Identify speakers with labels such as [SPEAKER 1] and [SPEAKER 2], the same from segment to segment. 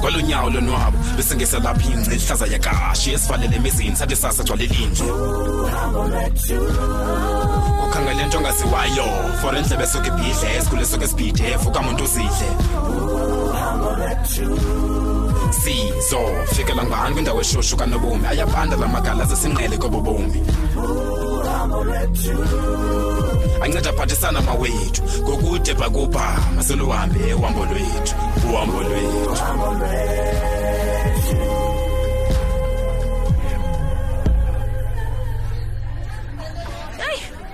[SPEAKER 1] kwalonyawo lonwabo bese ngeselapha ingci ihlaza yakashi esivalele emizini sathi sasa gcwale linje ukhangele nto ongaziwayo for endlebe esuke ibhidle esikhule esuke esibhidef ukamuntu uzidle sizo fikela ngani kwindawo eshushu kanobomi ayabanda la magala zesinqele kobobomi anceda aphathisana mawethu ngokude bhakubha maseluhambe uhambo lwethu uhambo lwethu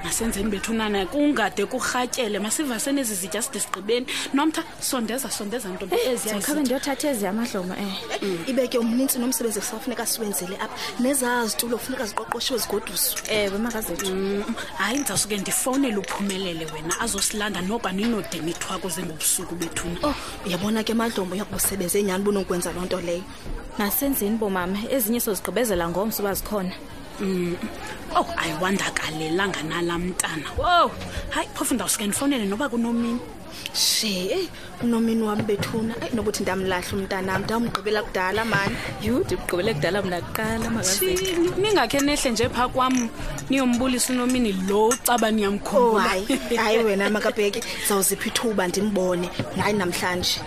[SPEAKER 2] masenzeni bethu nana kungade kurhatyele masivaseni ezi zitya side sigqibeni nomtha sondeza sondeza nto
[SPEAKER 3] ndizawukhabe ndiyothatha ezi amadlomo em
[SPEAKER 4] ibe ke umnintsi nomsebenzi kusafuneka siwenzele apha nezaa zitulo kufuneka ziqoqoshiwe zigoduswe
[SPEAKER 3] ewe makazethu
[SPEAKER 5] Mm.
[SPEAKER 2] Mm, hayi ndizawusuke ndifowunele uphumelele wena azosilanda noba ninode nithwako zengobusuku bethuna
[SPEAKER 4] oh uyabona ke madlombo uyakubusebenze nyhani bunokwenza loo nto leyo
[SPEAKER 3] masenzeni bomama ezinye sozigqibezela ngomso uba zikhona
[SPEAKER 2] owu ayiwandakalelanga Oh, nala mntana wow hayi phofu ndawusuke ndifowunele noba kunomini
[SPEAKER 4] she eyi unomini wam bethuna eyi nokuthi ndamlahla umntanam ndamgqibela kudala mani
[SPEAKER 3] yhu ndigqibele kudala mna kuqala makazethu
[SPEAKER 2] Thi, ningakhe nehle nje phaa kwam niyombulisa unomini lo ucaba
[SPEAKER 4] oh
[SPEAKER 2] niyamkhumbula
[SPEAKER 4] hayi hayi wena makabheki zawuziphi ithuba ndimbone hayi namhlanje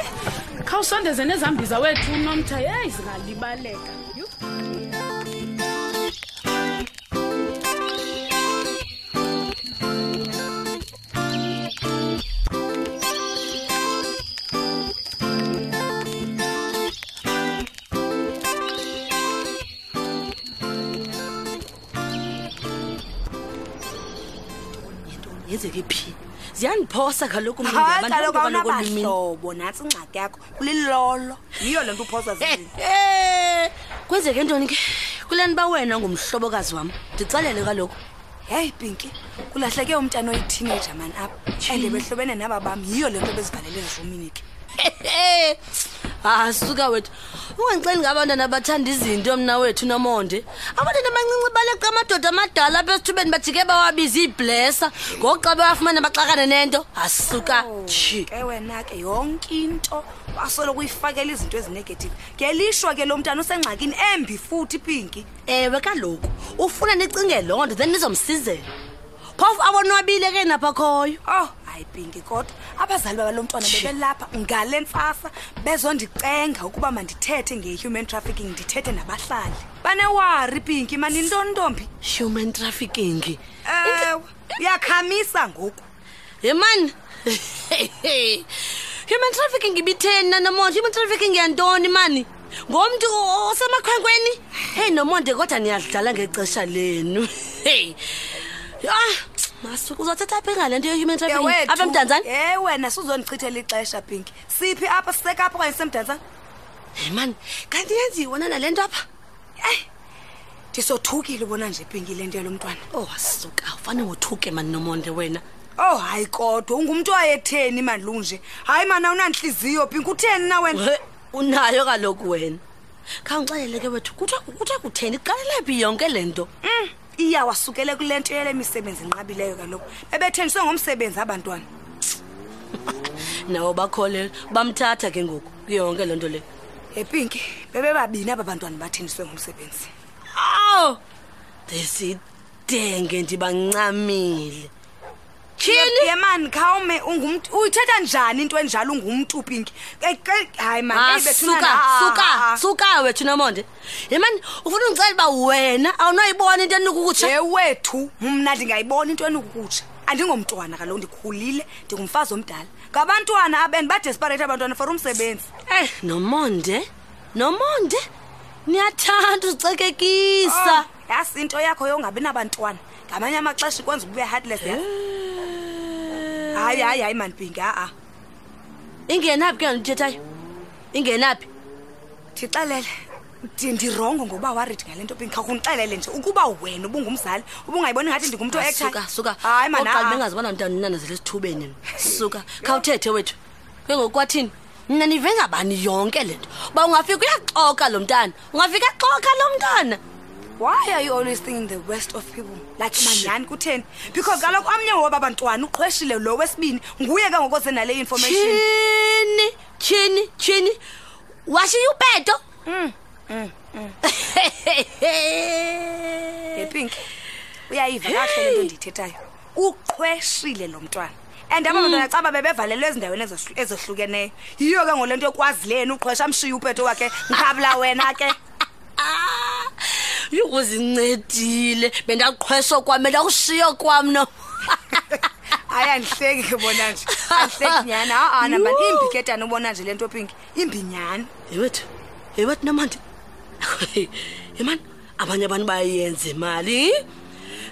[SPEAKER 2] khawusondeze nezambiza wethu unomtha yeyi zingalibaleka Yhu.
[SPEAKER 5] yenzeke phi ziyandiphosa kaloku mna
[SPEAKER 6] Hayi,
[SPEAKER 5] ndiyabantu
[SPEAKER 6] kaloku
[SPEAKER 5] abantu abalolwimi.
[SPEAKER 6] awunabahlobo nantsi ingxaki yakho ulilolo yiyo le nto uphosa zizinto
[SPEAKER 5] Eh, kwenzeke ntoni ke kule nto uba wena ngumhlobokazi wam ndicelele kaloku
[SPEAKER 6] heyi pinki kulahleke umntana oyithineja mani apha and behlobene naba bam yiyo le nto bezivalele ezirumini ke
[SPEAKER 5] Eh, ah suka wethu ungandixeli ngabantwana abathanda izinto mna wethu nomonde abantwana abancinci baleqa amadoda amadala apha esithubeni bajike bawabize iiblesa ngoxa bewafumana baxakane nento asuka tshi
[SPEAKER 6] Oh, ke wena ke yonke into wasoloko uyifakela izinto ezinegative ngelishwa ke lo mntana usengxakini embi futhi pinki
[SPEAKER 5] ewe kaloku ufuna nicinge loo nto then nizomsizela phofu abonwabile ke napha khoyo
[SPEAKER 6] oh hayi pinki kodwa abazali baba lo mntwana bebelapha ngale ntsasa bezondicenga ukuba mandithethe nge-human trafficking ndithethe nabahlali banewari pinki manintontombi
[SPEAKER 5] human trafficking
[SPEAKER 6] ewe uyakhamisa ngoku
[SPEAKER 5] yemani human trafficking ibitheni nanomonde human trafficking yantoni mani ngomntu o- osemakhwenkweni heyi nomonde kodwa niyadlala ngexesha lenu heyi ah masuku uzathetha phi ngale nto ye-human trafficking
[SPEAKER 6] Ewethu,
[SPEAKER 5] apha emdantsane
[SPEAKER 6] eh wena suzondichithela ixesha pinki siphi apha sisekapha okanye sisemdantsane
[SPEAKER 5] heyi mani kanti yenziwe nana le nto apha
[SPEAKER 6] ndisothukile ubona nje pinki le nto yalo mntwana
[SPEAKER 5] oh suka ufane wothuke mani nomonde wena
[SPEAKER 6] oh hayi kodwa ungumntu ayetheni mani lunje hayi mani awunantliziyo pinki utheni na wena
[SPEAKER 5] We, unayo kaloku wena khawundixelele ke wethu kuthiwa kuthiwa kutheni iqalelephi yonke le nto
[SPEAKER 6] Mm, iyawasukele kule nto yale misebenzi inqabileyo kaloku bebethenjiswe ngomsebenzi abantwana
[SPEAKER 5] nawo bakholelwa bamthatha ke ngoku yonke loo nto leyo
[SPEAKER 6] yepinki Eh, bebebabini aba bantwana bathenjiswe ngumsebenzi
[SPEAKER 5] aw ndesidenge ndibancamile tyhini
[SPEAKER 6] yemani khawume ungumntu uyithetha njani into enjalo ungumntu pinki Ke- ke- Ah, hayi mani
[SPEAKER 5] asuka Ah, suka suka wethu nomonde yemani ufuna undicela uba wena awunoyibona into enukukutsha
[SPEAKER 6] ewethu mna ndingayibona into enukukutsha andingomntwana kaloku ndikhulile ndingumfazi omdala ngabantwana abend badesperate abantwana for umsebenzi
[SPEAKER 5] eh nomonde nomonde niyathanda uzicekekisa
[SPEAKER 6] Oh, yasi into yakho yongabi nabantwana ngamanye amaxesha ikwenza ukuba uya-heartless yasi hayi hayi hayi manipinki a-a
[SPEAKER 5] ingenaphi ke ndithethayo ingenaphi
[SPEAKER 6] ndixelele Ndi- ndirongo ngoba waridi ngale nto pinki khawukundixelele nje ukuba wena ubungumzali ubungayiboni ngathi ndingumntu
[SPEAKER 5] Ah, suka suka
[SPEAKER 6] Ah, hayi
[SPEAKER 5] Oqala
[SPEAKER 6] mana
[SPEAKER 5] bengazi ubana mntananazela esithubeni suka khawuthethe wethu ke ngoku kwathini mna nive ngabani yonke le nto uba ungafika uyaxoka lo mntana ungafika axoka lo mntana
[SPEAKER 6] why are you always thinking the worst of people like manyani kutheni because kaloku omnye woba bantwana uqhweshile lo wesibini nguye ke ngoko zenale information
[SPEAKER 5] tyhini
[SPEAKER 7] tyhini tyhini washiya upeto
[SPEAKER 8] yepinki uyayiva kahle le nto ndiyithethayo uqhweshile lo mntwana and aba bantwana caba bebevalelwe ezindaweni ezohlu- ezohlukeneyo yiyo ke ngole nto ekwazileyo yena uqhwesha amshiye upeto wakhe nqabla wena ke
[SPEAKER 7] Ah, uzincedile bendaqhwesho kwam bendawushiyo kwam no
[SPEAKER 8] hayi andihleki ke bona nje andihleki nyhani ha-ana mani Ah, imbi ke tani ubona nje le nto pinki imbi nyhani
[SPEAKER 7] yewethu yewethu namandi yemani abanye abantu bayenza imali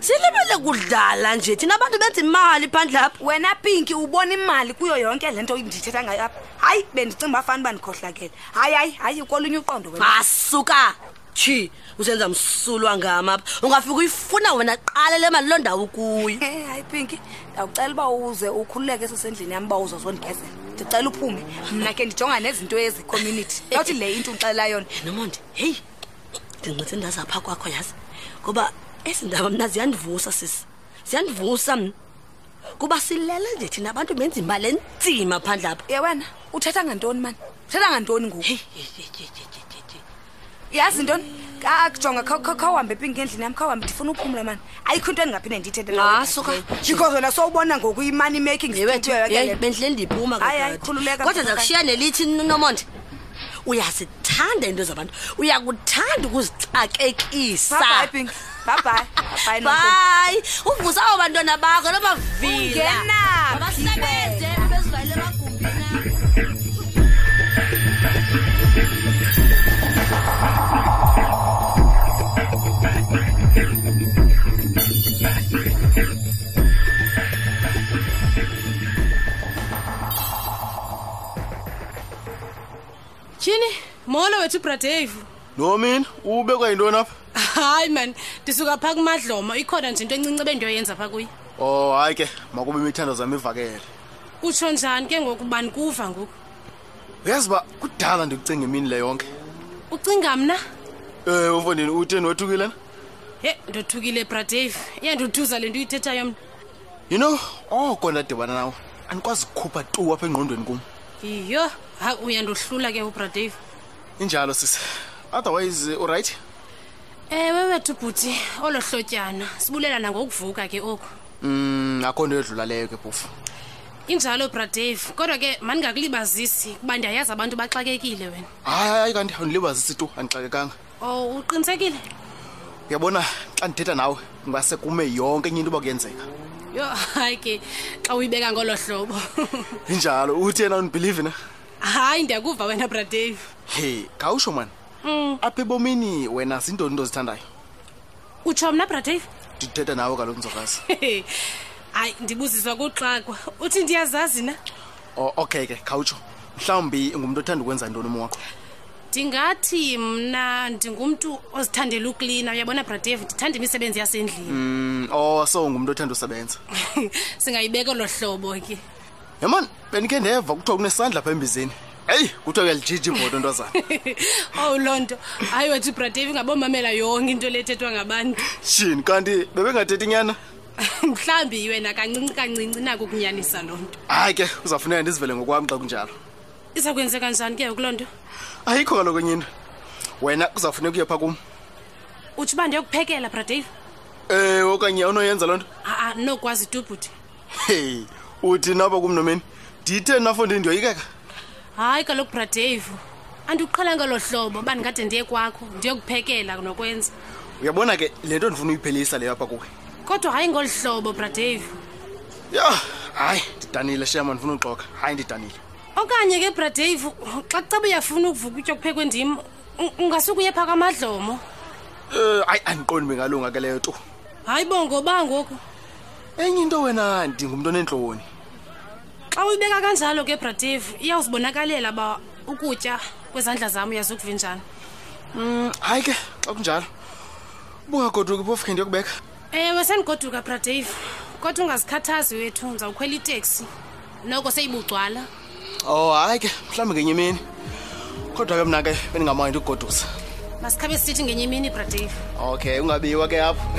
[SPEAKER 7] silibele kudlala nje thina abantu benza imali phandle apha
[SPEAKER 8] wena pinki ubona imali kuyo yonke le nto ndithetha ngayo apha hayi bendicinga uba fani uba ndikhohlakele hayi hayi hayi kolunye uqondo wena
[SPEAKER 7] asuka tshi usenza msulwa ngam apha ungafika uyifuna wena qala le mali loo ndawo ukuyo
[SPEAKER 8] Eh, hayi pinki ndawucela uba uze ukhululeke esisendlini yam uba uzozondigezela ndicela uphume mna ke ndijonga nezinto ezicommunity nothi le into undixelela yona
[SPEAKER 7] nomonde heyi ndinqithe ndazapha kwakho yazi ngoba ezi ndaba mna ziyandivusa sisi ziyandivusa mna kuba silele nje thina abantu benza imali enzima phandle apha
[SPEAKER 8] ye wena uthetha ngantoni mani uthetha ngantoni ngoku
[SPEAKER 7] Hey, hey, hey, hey, hey, hey, hey, hey.
[SPEAKER 8] yazi intoni akujonga khawuhambe pinki endlini yam khawuhambe ndifuna uphumle mani ayikho into endingaphinde ndiyithethe nawe
[SPEAKER 7] Ah,
[SPEAKER 8] kanti
[SPEAKER 7] suka.
[SPEAKER 8] leyo. because wena sowubona ngoku i-money making
[SPEAKER 7] yewethu
[SPEAKER 8] skills yonke le nto.
[SPEAKER 7] bendile ndiyiphuma
[SPEAKER 8] Hayi, hayi, khululeka,
[SPEAKER 7] kodwa
[SPEAKER 8] khululeka.
[SPEAKER 7] ndizakushiya nelithi nomonde uyazithanda into zabantu uyakuthanda ukuzixakekisa
[SPEAKER 8] Bye bye, Pinky. Bye bye. Bye, Nonkomo.
[SPEAKER 7] bayi uvusa abo bantwana bakho nomavila
[SPEAKER 8] Ungenaphi
[SPEAKER 7] abasebenze bezivalele emagumbini abo.
[SPEAKER 5] tyhini molo wethu bradave
[SPEAKER 9] no mina ubekwa yintoni apha
[SPEAKER 5] hayi mani ndisuka phaa kumadloma ikhona nje into encinci bendiyoyenza phaa kuye
[SPEAKER 9] o Oh, hayi ke makuba imithandazo yam ivakele
[SPEAKER 5] utsho njani ke ngoku bani kuva ngoku
[SPEAKER 9] uyazi uba kudala ndikucinga imini le yonke
[SPEAKER 5] ucinga mna
[SPEAKER 9] um umfondini utheni wethukile na
[SPEAKER 5] he ndothukile bradave iyandothuza le nto uyithethayo mna
[SPEAKER 9] you know oko ndadibana nawe andikwazi kukhupha tu apha engqondweni kum
[SPEAKER 5] yiyo hayi uyandohlula ke ubradave
[SPEAKER 9] injalo sise otherwise urayithi
[SPEAKER 5] ewe wethu bhuti olo hlotyana sibulela nangokuvuka ke oku
[SPEAKER 9] um akho nto yodlula leyo ke phofu
[SPEAKER 5] injalo bradave kodwa ke mandingakulibazisi kuba ndiyayazi abantu baxakekile wena
[SPEAKER 9] hayi hayi hayi kanti awundilibazisi tu andixakekanga
[SPEAKER 5] o uqinisekile
[SPEAKER 9] uyabona xa ndithetha nawe ungase kume yonke enye into uba kuyenzeka
[SPEAKER 5] yho hayi ke xa uyibeka ngolo hlobo
[SPEAKER 9] injalo uthi yena undibhilive na
[SPEAKER 5] hayi ndiyakuva wena bradave
[SPEAKER 9] he khawusho mani apha ebomini wena ziintoni into ozithandayo
[SPEAKER 5] utsho mna bradave
[SPEAKER 9] ndithetha nawe kaloku nzokazi
[SPEAKER 5] hayi ndibuziswa kuxakwa uthi ndiyazazi na
[SPEAKER 9] o Oh, okay ke khawutsho mhlawumbi ngumntu othanda ukwenza ntoni uma wakho
[SPEAKER 5] ndingathi mna ndingumntu ozithandela uklina uyabona bradave ndithanda imisebenzi yasendlini
[SPEAKER 9] mm, o so ngumntu othanda usebenza
[SPEAKER 5] singayibeka olo hlobo ke
[SPEAKER 9] yamani bendikhe ndeva kuthiwa kunesandla pha embizeni eyi kuthiwa uyalijija imoto ntozana
[SPEAKER 5] owu Oh, loo nto hayi wethu bradave ingabomamela yonke into lethethwa ngabantu
[SPEAKER 9] shini kanti bebengathethi nyana
[SPEAKER 5] mhlawumbi wena kancinci kancinci nako ukunyanisa loo nto
[SPEAKER 9] hayi ke uzafuneka ndizivele ngokwam xa kunjalo
[SPEAKER 5] iza kwenzeka njani ke kuloo nto
[SPEAKER 9] ayikho kaloku enye into wena kuzafuneka uye pha kum
[SPEAKER 5] utsho uba ndiyokuphekela bradave
[SPEAKER 9] um okanye unoyenza loo nto
[SPEAKER 5] aa ndinokwazi tubhuti
[SPEAKER 9] heyi uthi napha kum nomini ndiyitheni nafo ndini ndiyoyikeka
[SPEAKER 5] hayi kaloku bradave andiuqhelanga lo hlobo uba ndingade ndiye kwakho ndiyokuphekela nokwenza
[SPEAKER 9] uyabona ke le nto ndifuna uyiphelisa leyo apha kuwe
[SPEAKER 5] kodwa hayi ngolu hlobo bradave
[SPEAKER 9] ya hayi ndidanile shiyama ndifuna uxoka hayi ndidanile
[SPEAKER 5] okanye ke bradave xa caba uyafuna ukuvuka utya kuphekwe ndim u- ungasuke uye phaa kwamadlomo
[SPEAKER 9] um hayi andiqondi bengalunga ke leyo tu
[SPEAKER 5] hayi bongo ba ngoku
[SPEAKER 9] enye into wena ndingumntu oneentloni
[SPEAKER 5] xa uyibeka kanjalo ke bradave iyawuzibonakalela uba ukutya kwezandla zam uyazukuvinjani
[SPEAKER 9] Mm, hayi ke xa kunjalo bungagoduki phofu khe ndiyokubeka
[SPEAKER 5] ewe sendigoduka bradave kodwa ungazikhathazi wethu ndizawukhwela iteksi noko seyibucwala
[SPEAKER 9] o Oh, hayi ke mhlawumbi ngenye imini kodwa ke mna ke bendingamandi ukugodusa
[SPEAKER 5] masikhabe sisithi ngenye imini bradave
[SPEAKER 9] okay ungabiwa ke apho